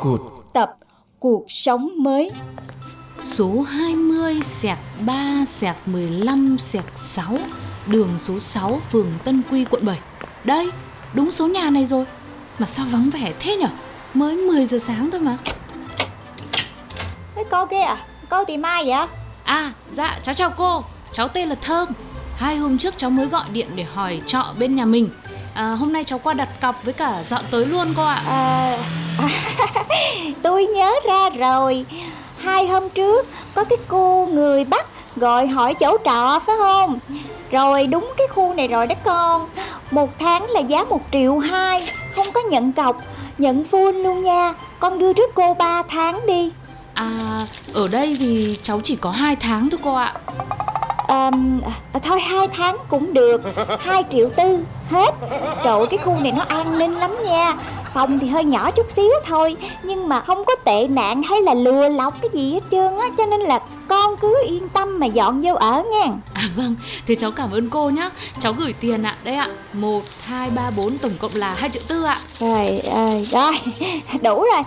cụt tập Cuộc sống mới số 20 sẹt 3 sẹt 15 sẹt 6 đường số 6 phường Tân Quy quận 7 đây đúng số nhà này rồi mà sao vắng vẻ thế nhở mới 10 giờ sáng thôi mà Ê, Cô kia à, cô tìm ai vậy? à dạ cháu chào cô cháu tên là Thơm hai hôm trước cháu mới gọi điện để hỏi trọ bên nhà mình à, hôm nay cháu qua đặt cọc với cả dọn tới luôn cô ạ Ờ, tôi nhớ ra rồi Hai hôm trước có cái cô người Bắc gọi hỏi chỗ trọ phải không? Rồi đúng cái khu này rồi đó con Một tháng là giá 1 triệu hai Không có nhận cọc Nhận full luôn nha Con đưa trước cô 3 tháng đi à ở đây thì cháu chỉ có hai tháng thôi cô ạ Ờm, à, Thôi 2 tháng cũng được 2 triệu tư hết Trời ơi, cái khu này nó an ninh lắm nha Phòng thì hơi nhỏ chút xíu thôi Nhưng mà không có tệ nạn hay là lừa lọc cái gì hết trơn á Cho nên là con cứ yên tâm mà dọn vô ở nha À vâng, thế cháu cảm ơn cô nhá. Cháu gửi tiền ạ. Đây ạ, 1 2 3 4 tổng cộng là 2 triệu tư ạ. Rồi, rồi, rồi, đủ rồi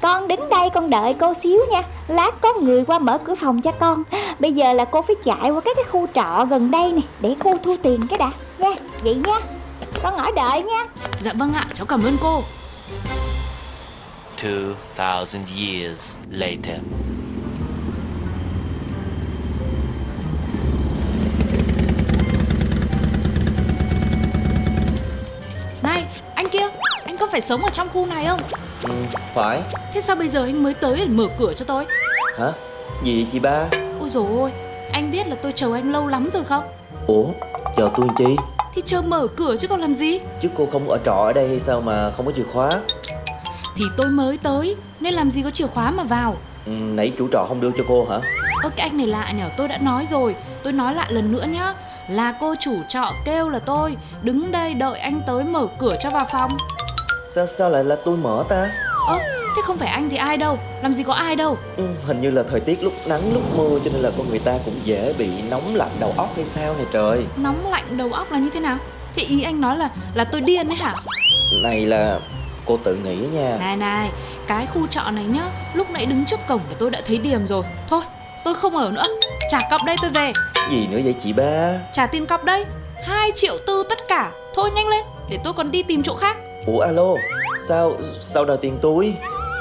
Con đứng đây con đợi cô xíu nha Lát có người qua mở cửa phòng cho con Bây giờ là cô phải chạy qua các cái khu trọ gần đây nè Để cô thu tiền cái đã nha Vậy nha Con ở đợi nha Dạ vâng ạ, cháu cảm ơn cô. 2000 years later. Này, anh kia, anh có phải sống ở trong khu này không? Ừ, phải Thế sao bây giờ anh mới tới để mở cửa cho tôi? hả gì vậy chị ba Ôi dồi ôi, anh biết là tôi chờ anh lâu lắm rồi không? ủa chờ tôi làm chi Thì chờ mở cửa chứ còn làm gì? chứ cô không ở trọ ở đây hay sao mà không có chìa khóa Thì tôi mới tới, nên làm gì có chìa khóa mà vào. ừ, nãy chủ trọ không đưa cho cô hả Ơ cái anh này lạ nhở, tôi đã nói rồi, tôi nói lại lần nữa nhá. Là cô chủ trọ kêu là tôi đứng đây đợi anh tới mở cửa cho vào phòng. sao sao lại là tôi mở ta Ơ, thế không phải anh thì ai đâu, làm gì có ai đâu ừ, hình như là thời tiết lúc nắng lúc mưa cho nên là con người ta cũng dễ bị nóng lạnh đầu óc hay sao này trời Nóng lạnh đầu óc là như thế nào? Thế ý anh nói là là tôi điên đấy hả? này là cô tự nghĩ nha Này này, cái khu trọ này nhá, lúc nãy đứng trước cổng là tôi đã thấy điểm rồi Thôi, tôi không ở nữa, trả cọc đây tôi về, gì nữa vậy chị ba trả tiền cọc đây 2 triệu tư tất cả, thôi nhanh lên, để tôi còn đi tìm chỗ khác ủa alo sao sao đòi tiền túi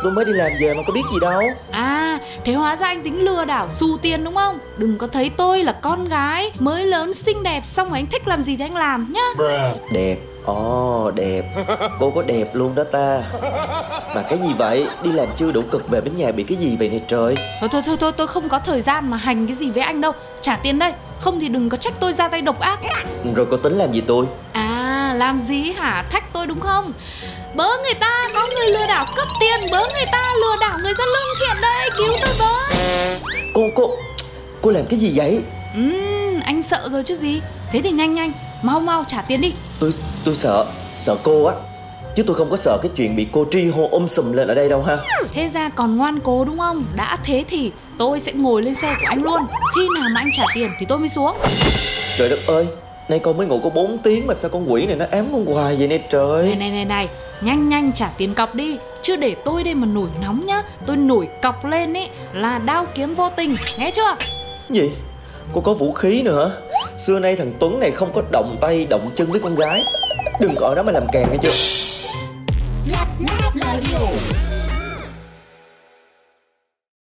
tôi mới đi làm về mà có biết gì đâu À, thế hóa ra anh tính lừa đảo xù tiền đúng không? Đừng có thấy tôi là con gái mới lớn xinh đẹp xong rồi anh thích làm gì thì anh làm nhá đẹp ồ đẹp cô có đẹp luôn đó ta mà cái gì vậy đi làm chưa đủ cực về bên nhà bị cái gì vậy này trời Thôi thôi thôi thôi tôi không có thời gian mà hành cái gì với anh đâu Trả tiền đây Không thì đừng có trách tôi ra tay độc ác rồi cô tính làm gì tôi À làm gì hả thách tôi đúng không Bớ người ta có người lừa đảo cướp tiền Bớ người ta lừa đảo người dân lương thiện đây Cứu tôi với cô cô cô làm cái gì vậy Ừm anh sợ rồi chứ gì Thế thì nhanh nhanh Mau mau trả tiền đi tôi tôi sợ sợ cô á chứ tôi không có sợ cái chuyện bị cô tri hô ôm sùm lên ở đây đâu ha Thế ra còn ngoan cố đúng không Đã thế thì tôi sẽ ngồi lên xe của anh luôn Khi nào mà anh trả tiền thì tôi mới xuống trời đất ơi nay con mới ngủ có 4 tiếng mà sao con quỷ này nó ám con hoài vậy này Này trời này này này, nhanh nhanh trả tiền cọc đi, chứ để tôi đây mà nổi nóng nhá, tôi nổi cọc lên ý là đao kiếm vô tình, nghe chưa? gì cô có vũ khí nữa hả xưa nay thằng tuấn này không có động tay động chân với con gái đừng có ở đó mà làm càng nghe chưa Lab Lab Radio.